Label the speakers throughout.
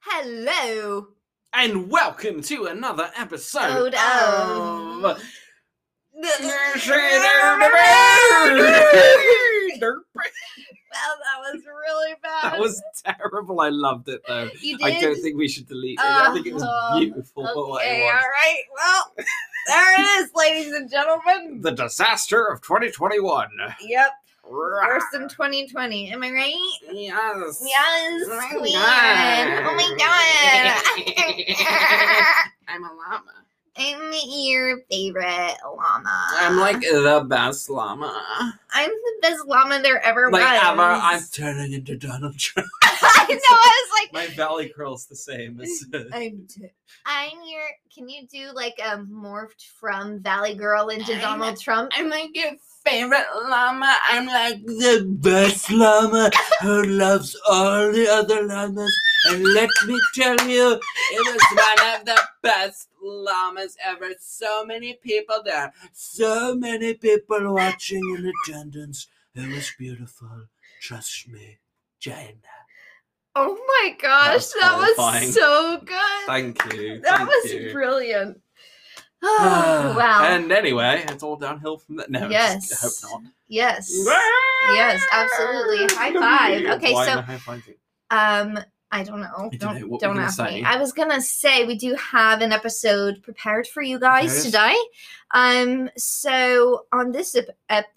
Speaker 1: Hello.
Speaker 2: and welcome to another
Speaker 1: Episode
Speaker 2: episode
Speaker 1: of-
Speaker 2: of
Speaker 1: well, that was really bad.
Speaker 2: that was terrible. I loved it though.
Speaker 1: you did.
Speaker 2: I don't think we should delete it. I think it was
Speaker 1: Oh,
Speaker 2: beautiful for what it
Speaker 1: okay, all
Speaker 2: was.
Speaker 1: right. Well, there it is, ladies and gentlemen.
Speaker 2: The disaster of 2021.
Speaker 1: Yep,
Speaker 2: Rah.
Speaker 1: worse than 2020. Am I right?
Speaker 2: Yes.
Speaker 1: Yes,
Speaker 2: Oh my
Speaker 1: queen.
Speaker 2: God.
Speaker 1: Oh my god.
Speaker 2: I'm a llama.
Speaker 1: I'm your favorite llama.
Speaker 2: I'm like the best llama.
Speaker 1: I'm the best llama there ever
Speaker 2: Like
Speaker 1: was.
Speaker 2: ever. I'm turning into Donald Trump.
Speaker 1: I know. I was like,
Speaker 2: My valley curl's the same as
Speaker 1: I'm t- I'm your can you do like a morphed from Valley Girl into
Speaker 2: I'm-
Speaker 1: Donald Trump?
Speaker 2: I'm like your favorite llama. I'm like the best llama who loves all the other llamas. And let me tell you, it was one of the best llamas ever. So many people there. So many people watching in attendance. It was beautiful. Trust me, Jane.
Speaker 1: Oh my gosh,
Speaker 2: was
Speaker 1: that was,
Speaker 2: horrifying.
Speaker 1: so good.
Speaker 2: Thank you.
Speaker 1: that was brilliant. Oh, wow.
Speaker 2: anyway, it's all downhill from that. No,
Speaker 1: just- I Yes. hope
Speaker 2: not.
Speaker 1: yes. Yes, absolutely. High five. Okay,
Speaker 2: Why
Speaker 1: so-
Speaker 2: am I high fiving?
Speaker 1: Um I don't know.
Speaker 2: I don't know.
Speaker 1: Don't
Speaker 2: What were
Speaker 1: don't
Speaker 2: you gonna
Speaker 1: ask
Speaker 2: say?
Speaker 1: me. I was gonna say we do have an episode prepared for you guys
Speaker 2: Yes.
Speaker 1: today. Um, so on this ep- ep-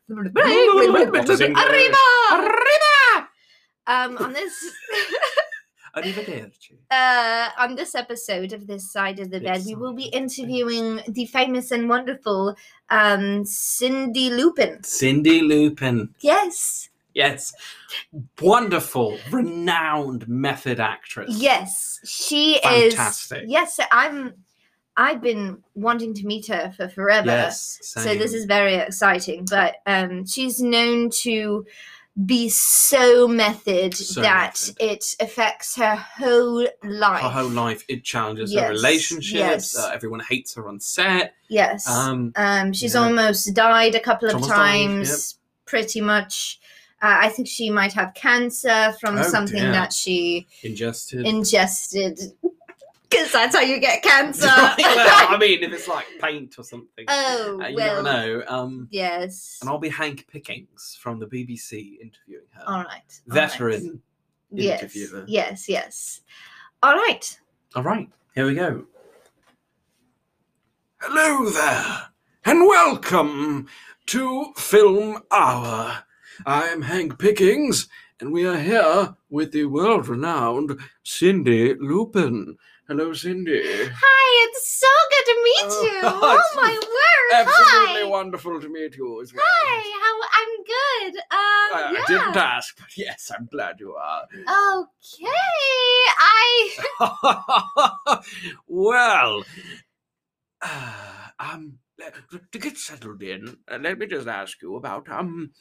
Speaker 1: arriba, arriba. Um, on this
Speaker 2: Arrivederci.
Speaker 1: Uh, on this episode of This Side of the
Speaker 2: This
Speaker 1: Bed, we will be
Speaker 2: Side of the Bed.
Speaker 1: interviewing the famous and wonderful um, Cindy Lupin.
Speaker 2: Cindy Lupin.
Speaker 1: Yes,
Speaker 2: Yes. Wonderful, renowned method actress.
Speaker 1: yes, she
Speaker 2: Fantastic.
Speaker 1: is. Yes, I'm. I've been wanting to meet her for forever.
Speaker 2: Yes.
Speaker 1: So this is very exciting, but um, she's known to be so method
Speaker 2: So
Speaker 1: that
Speaker 2: method.
Speaker 1: it affects her whole life.
Speaker 2: her whole life. It challenges
Speaker 1: Yes,
Speaker 2: her relationships.
Speaker 1: yes.
Speaker 2: Uh, everyone hates her on set.
Speaker 1: Yes.
Speaker 2: Um,
Speaker 1: Um, she's
Speaker 2: Yeah.
Speaker 1: almost died a couple of
Speaker 2: Almost died,
Speaker 1: times, pretty much. Uh, I think she might have cancer from
Speaker 2: Oh,
Speaker 1: something
Speaker 2: dear.
Speaker 1: that she
Speaker 2: ingested.
Speaker 1: ingested, because that's how you get cancer.
Speaker 2: Well, I mean, if it's like paint or something,
Speaker 1: oh
Speaker 2: uh, you
Speaker 1: well,
Speaker 2: never know. Um,
Speaker 1: yes.
Speaker 2: and I'll be Hank Pickings from the BBC interviewing her.
Speaker 1: All right, all right.
Speaker 2: Veteran.
Speaker 1: Yes,
Speaker 2: interviewer.
Speaker 1: yes, yes. All right.
Speaker 2: All right, here we go. Hello there, and welcome to Film Hour. I'm Hank Pickings, and we are here with the world renowned Cindy Lupin. Hello, Cindy.
Speaker 1: Hi, it's so good to meet you.
Speaker 2: Oh,
Speaker 1: Oh,
Speaker 2: it's
Speaker 1: my word!
Speaker 2: Absolutely
Speaker 1: Hi.
Speaker 2: wonderful to meet you as well.
Speaker 1: Hi. How I'm good. Um,
Speaker 2: I, I
Speaker 1: yeah.
Speaker 2: didn't ask, but yes, I'm glad you are.
Speaker 1: Okay. I.
Speaker 2: well, uh, um, le- to get settled in, uh, let me just ask you about um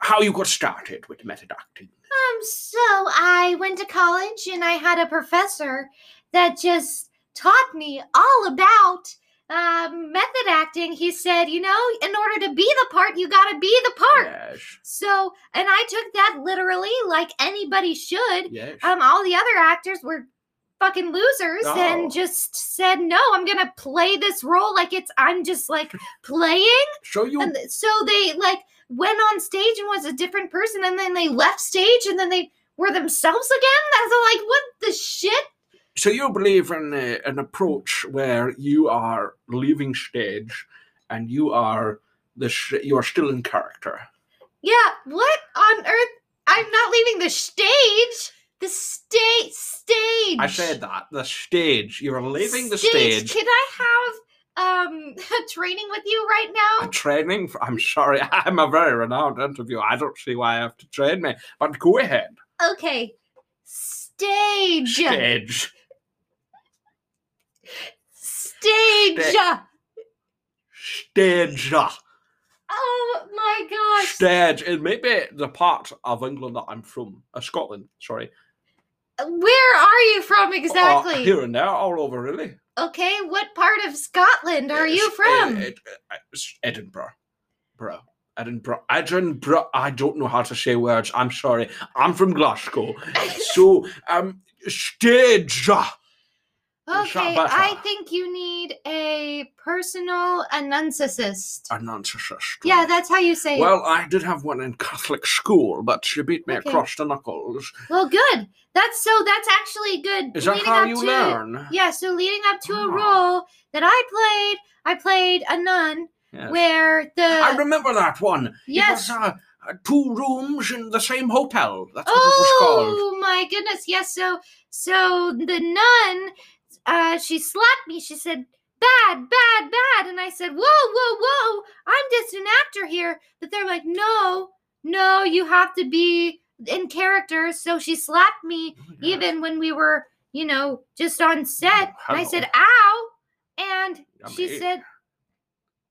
Speaker 2: how you got started with method acting.
Speaker 1: Um, so I went to college and I had a professor that just taught me all about um, method acting. He said, you know, in order to be the part, you gotta be the part.
Speaker 2: Yes,
Speaker 1: So, and I took that literally, like anybody should.
Speaker 2: yes.
Speaker 1: Um, all the other actors were fucking losers
Speaker 2: Oh.
Speaker 1: and just said, no, I'm gonna play this role like it's, I'm just like playing.
Speaker 2: so you,
Speaker 1: And th- so they like went on stage and was a different person, and then they left stage, and then they were themselves again. That's like what the shit.
Speaker 2: so you believe in a, an approach where you are leaving stage, and you are the sh- you are still in character.
Speaker 1: Yeah, what on earth? I'm not leaving the stage. The stage, stage.
Speaker 2: I said that the stage. You are leaving the stage.
Speaker 1: Can I have um a training with you right
Speaker 2: a
Speaker 1: now?
Speaker 2: training. For, I'm sorry, I'm a very renowned interviewer. I don't see why I have to train me, but go ahead.
Speaker 1: Okay, stage,
Speaker 2: Stage.
Speaker 1: stage.
Speaker 2: Stage.
Speaker 1: Oh my gosh.
Speaker 2: Stage. It may be the part of England that I'm from, uh, Scotland, sorry.
Speaker 1: Where are you from
Speaker 2: Uh,
Speaker 1: exactly?
Speaker 2: here and there, all over, really.
Speaker 1: Okay, what part of Scotland are you
Speaker 2: It's-
Speaker 1: from?
Speaker 2: it- it- it's Edinburgh. Bro. Edinburgh, Edinburgh. I don't know how to say words. I'm sorry. I'm from Glasgow, so um, stage. Shot
Speaker 1: Okay,
Speaker 2: by
Speaker 1: I
Speaker 2: shot.
Speaker 1: think you need a personal annuncist.
Speaker 2: A narcissist.
Speaker 1: Yeah, that's how you say it.
Speaker 2: Well, I did have one in Catholic school, but she beat me
Speaker 1: Okay.
Speaker 2: across the knuckles.
Speaker 1: Well, good. That's so. That's actually good.
Speaker 2: Is that
Speaker 1: leading
Speaker 2: how
Speaker 1: up
Speaker 2: you
Speaker 1: to-
Speaker 2: learn?
Speaker 1: Yeah. So leading up to a
Speaker 2: Ah.
Speaker 1: role that I played, I played a nun
Speaker 2: Yes.
Speaker 1: where the
Speaker 2: I remember that one.
Speaker 1: yes.
Speaker 2: It was, uh, uh, two rooms in the same hotel. That's what it was called.
Speaker 1: Oh my goodness! Yes. So so the nun, uh, she slapped me. She said, "Bad, bad, bad," and I said, "Whoa, whoa, whoa! I'm just an actor here." But they're like, "No, no, you have to be in character." So she slapped me,
Speaker 2: Oh my God.
Speaker 1: even when we were, you know, just on set. And I said, "Ow!" And she
Speaker 2: Yummy.
Speaker 1: said,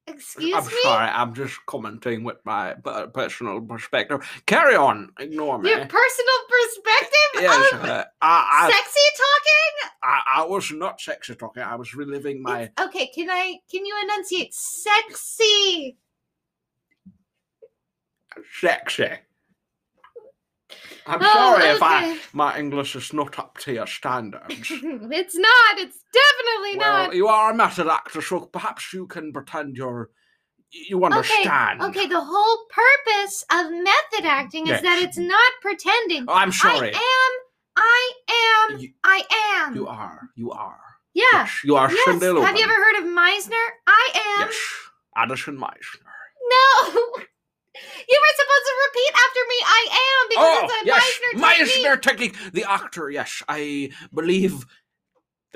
Speaker 1: "Excuse
Speaker 2: I'm
Speaker 1: me."
Speaker 2: sorry, I'm just commenting with my per- personal perspective. Carry on, ignore me.
Speaker 1: Your personal perspective
Speaker 2: yes,
Speaker 1: of
Speaker 2: uh, I, I,
Speaker 1: sexy talking?
Speaker 2: I, I was not sexy talking. I was reliving my.
Speaker 1: It's- okay, can I can you enunciate sexy?
Speaker 2: sexy. I'm
Speaker 1: Oh,
Speaker 2: sorry if I
Speaker 1: okay.
Speaker 2: my English is not up to your standards.
Speaker 1: it's not. It's definitely
Speaker 2: well,
Speaker 1: not.
Speaker 2: you are a method actor, so perhaps you can pretend you're you understand.
Speaker 1: Okay, the whole purpose of method acting is that
Speaker 2: Yes.
Speaker 1: it's not pretending.
Speaker 2: I'm Oh, sorry.
Speaker 1: I am. I am.
Speaker 2: You-
Speaker 1: I am.
Speaker 2: You are. You are.
Speaker 1: Yeah.
Speaker 2: Yes, you are
Speaker 1: Yes.
Speaker 2: Cindy
Speaker 1: Have
Speaker 2: Lauper.
Speaker 1: you ever heard of Meisner? I am.
Speaker 2: Yes. Addison Meisner.
Speaker 1: No. you were supposed to repeat after me. I am because
Speaker 2: Oh,
Speaker 1: it's a
Speaker 2: yes.
Speaker 1: Meisner technique.
Speaker 2: Meisner technique. The actor, yes. I believe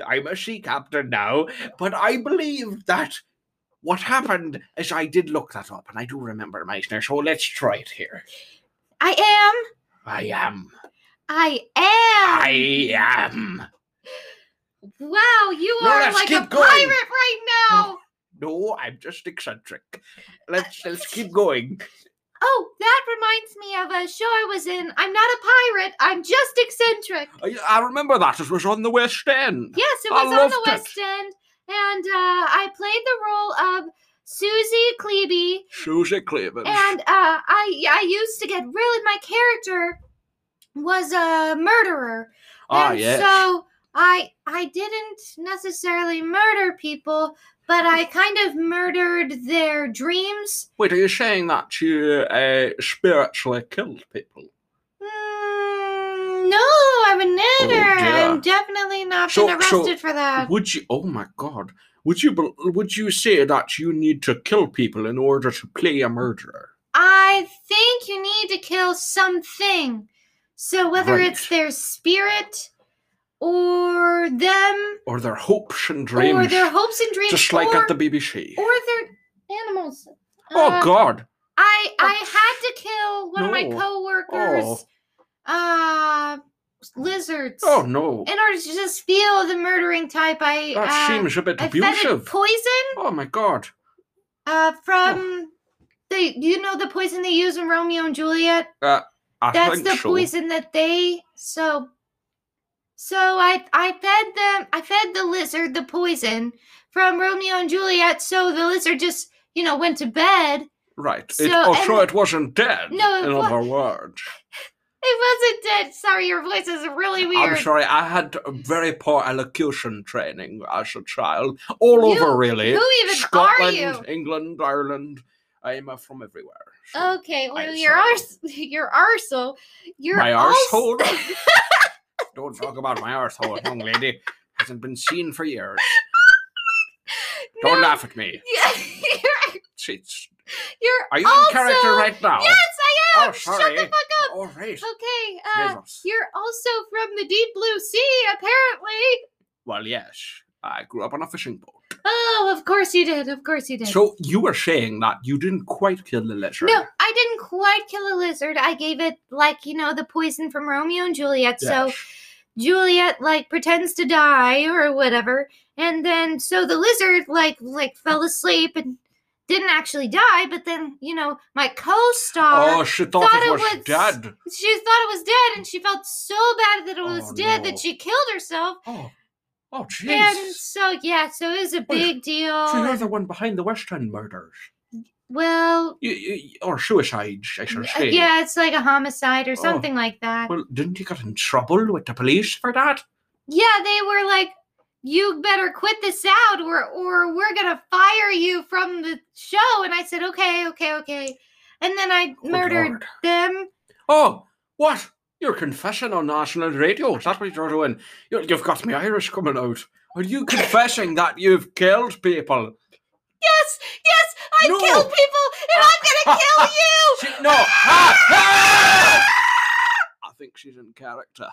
Speaker 2: I'm a sea captain now, but I believe that what happened is I did look that up and I do remember Meisner, so let's try it here.
Speaker 1: I am.
Speaker 2: I am.
Speaker 1: I am.
Speaker 2: I am.
Speaker 1: Wow, you
Speaker 2: No,
Speaker 1: are
Speaker 2: let's
Speaker 1: like a
Speaker 2: keep going. Oh.
Speaker 1: pirate right now.
Speaker 2: No, I'm just eccentric. Let's let's keep going.
Speaker 1: Oh, that reminds me of a show I was in. I'm not a pirate. I'm just eccentric.
Speaker 2: I, I remember that it was on the West End.
Speaker 1: Yes, it
Speaker 2: Oh, I
Speaker 1: was on the
Speaker 2: loved it.
Speaker 1: West End, and uh, I played the role of Susie Cleeby.
Speaker 2: Susie Cleavage.
Speaker 1: And uh, I I used to get really my character was a murderer.
Speaker 2: ah,
Speaker 1: and
Speaker 2: yes.
Speaker 1: So I I didn't necessarily murder people, but I kind of murdered their dreams.
Speaker 2: Wait, are you saying that you uh, spiritually killed people?
Speaker 1: Mm, no, I'm a knitter.
Speaker 2: Oh, dear.
Speaker 1: I'm definitely not
Speaker 2: So-
Speaker 1: been
Speaker 2: so-
Speaker 1: arrested for that.
Speaker 2: Would you? Oh my God! Would you? bel- Would you say that you need to kill people in order to play a murderer?
Speaker 1: I think you need to kill something. So whether it's
Speaker 2: Right.
Speaker 1: their spirit or them
Speaker 2: Or their hopes and dreams,
Speaker 1: or their hopes and dreams
Speaker 2: just like
Speaker 1: or, uh,
Speaker 2: at the BBC.
Speaker 1: or their animals.
Speaker 2: oh
Speaker 1: Uh,
Speaker 2: God!
Speaker 1: I
Speaker 2: Oh,
Speaker 1: I had to kill one of my
Speaker 2: no.
Speaker 1: coworkers uh lizards
Speaker 2: Oh no!
Speaker 1: in order to just feel the murdering type I
Speaker 2: That
Speaker 1: uh,
Speaker 2: seems a bit
Speaker 1: I fed it
Speaker 2: abusive.
Speaker 1: poison
Speaker 2: Oh my God!
Speaker 1: uh, from
Speaker 2: Oh.
Speaker 1: the you know the poison they use in Romeo and Juliet.
Speaker 2: I
Speaker 1: That's
Speaker 2: think
Speaker 1: the
Speaker 2: so.
Speaker 1: poison that they so. So I I fed them I fed the lizard the poison from Romeo and Juliet. So the lizard just you know went to bed.
Speaker 2: Right. it,
Speaker 1: So,
Speaker 2: oh,
Speaker 1: and-
Speaker 2: so it wasn't dead.
Speaker 1: No, it
Speaker 2: in
Speaker 1: wa-
Speaker 2: other words.
Speaker 1: It wasn't dead. Sorry, your voice is really weird.
Speaker 2: I'm sorry. I had a very poor elocution training as a child, all
Speaker 1: You-
Speaker 2: over really.
Speaker 1: Who even
Speaker 2: Scotland,
Speaker 1: are you?
Speaker 2: England, Ireland. I'm uh, from everywhere. so-
Speaker 1: Okay, well your
Speaker 2: sorry.
Speaker 1: arse, your arsehole, your
Speaker 2: My
Speaker 1: arse-
Speaker 2: arsehole? Don't talk about my arsehole, young lady. Hasn't been seen for years. Don't
Speaker 1: No.
Speaker 2: laugh at me.
Speaker 1: Yeah, you're,
Speaker 2: It's, it's-
Speaker 1: you're
Speaker 2: are you in character
Speaker 1: also-
Speaker 2: right now?
Speaker 1: Yes, I am.
Speaker 2: Oh,
Speaker 1: Shut
Speaker 2: sorry.
Speaker 1: the fuck up.
Speaker 2: All right.
Speaker 1: Okay, uh,
Speaker 2: Jesus.
Speaker 1: you're also from the deep blue sea, apparently.
Speaker 2: Well, yes. I grew up on a fishing boat.
Speaker 1: Oh, of course you did. Of course you did.
Speaker 2: So you were saying that you didn't quite kill the lizard.
Speaker 1: no, I didn't quite kill a lizard. I gave it like you know the poison from Romeo and Juliet. So
Speaker 2: Yes.
Speaker 1: Juliet like pretends to die or whatever, and then so the lizard like like fell asleep and didn't actually die. But then you know my co-star.
Speaker 2: Oh, she thought,
Speaker 1: thought
Speaker 2: it
Speaker 1: it
Speaker 2: was,
Speaker 1: was-
Speaker 2: dead.
Speaker 1: She thought it was dead, and she felt so bad that it was
Speaker 2: Oh,
Speaker 1: dead
Speaker 2: no.
Speaker 1: that she killed herself.
Speaker 2: Oh, oh, jeez.
Speaker 1: And so yeah, so it was a
Speaker 2: Wait,
Speaker 1: big deal.
Speaker 2: so you're
Speaker 1: and-
Speaker 2: the one behind the West End murders.
Speaker 1: Well,
Speaker 2: You, you, or suicide, I should
Speaker 1: uh,
Speaker 2: say.
Speaker 1: yeah, it's like a homicide or
Speaker 2: Oh.
Speaker 1: something like that.
Speaker 2: Well, didn't you get in trouble with the police for that?
Speaker 1: Yeah, they were like, "You better quit this out, or or we're gonna fire you from the show." And I said, "Okay, okay, okay." And then I
Speaker 2: Good
Speaker 1: murdered
Speaker 2: Lord.
Speaker 1: them.
Speaker 2: Oh, what? You're confessing on national radio? Is that what you're doing? you you've got me Irish coming out. Are you confessing that you've killed people?
Speaker 1: Yes, yes, I
Speaker 2: No.
Speaker 1: killed people, and I'm gonna kill you.
Speaker 2: She- no. Ah! Ah! I think she's in character.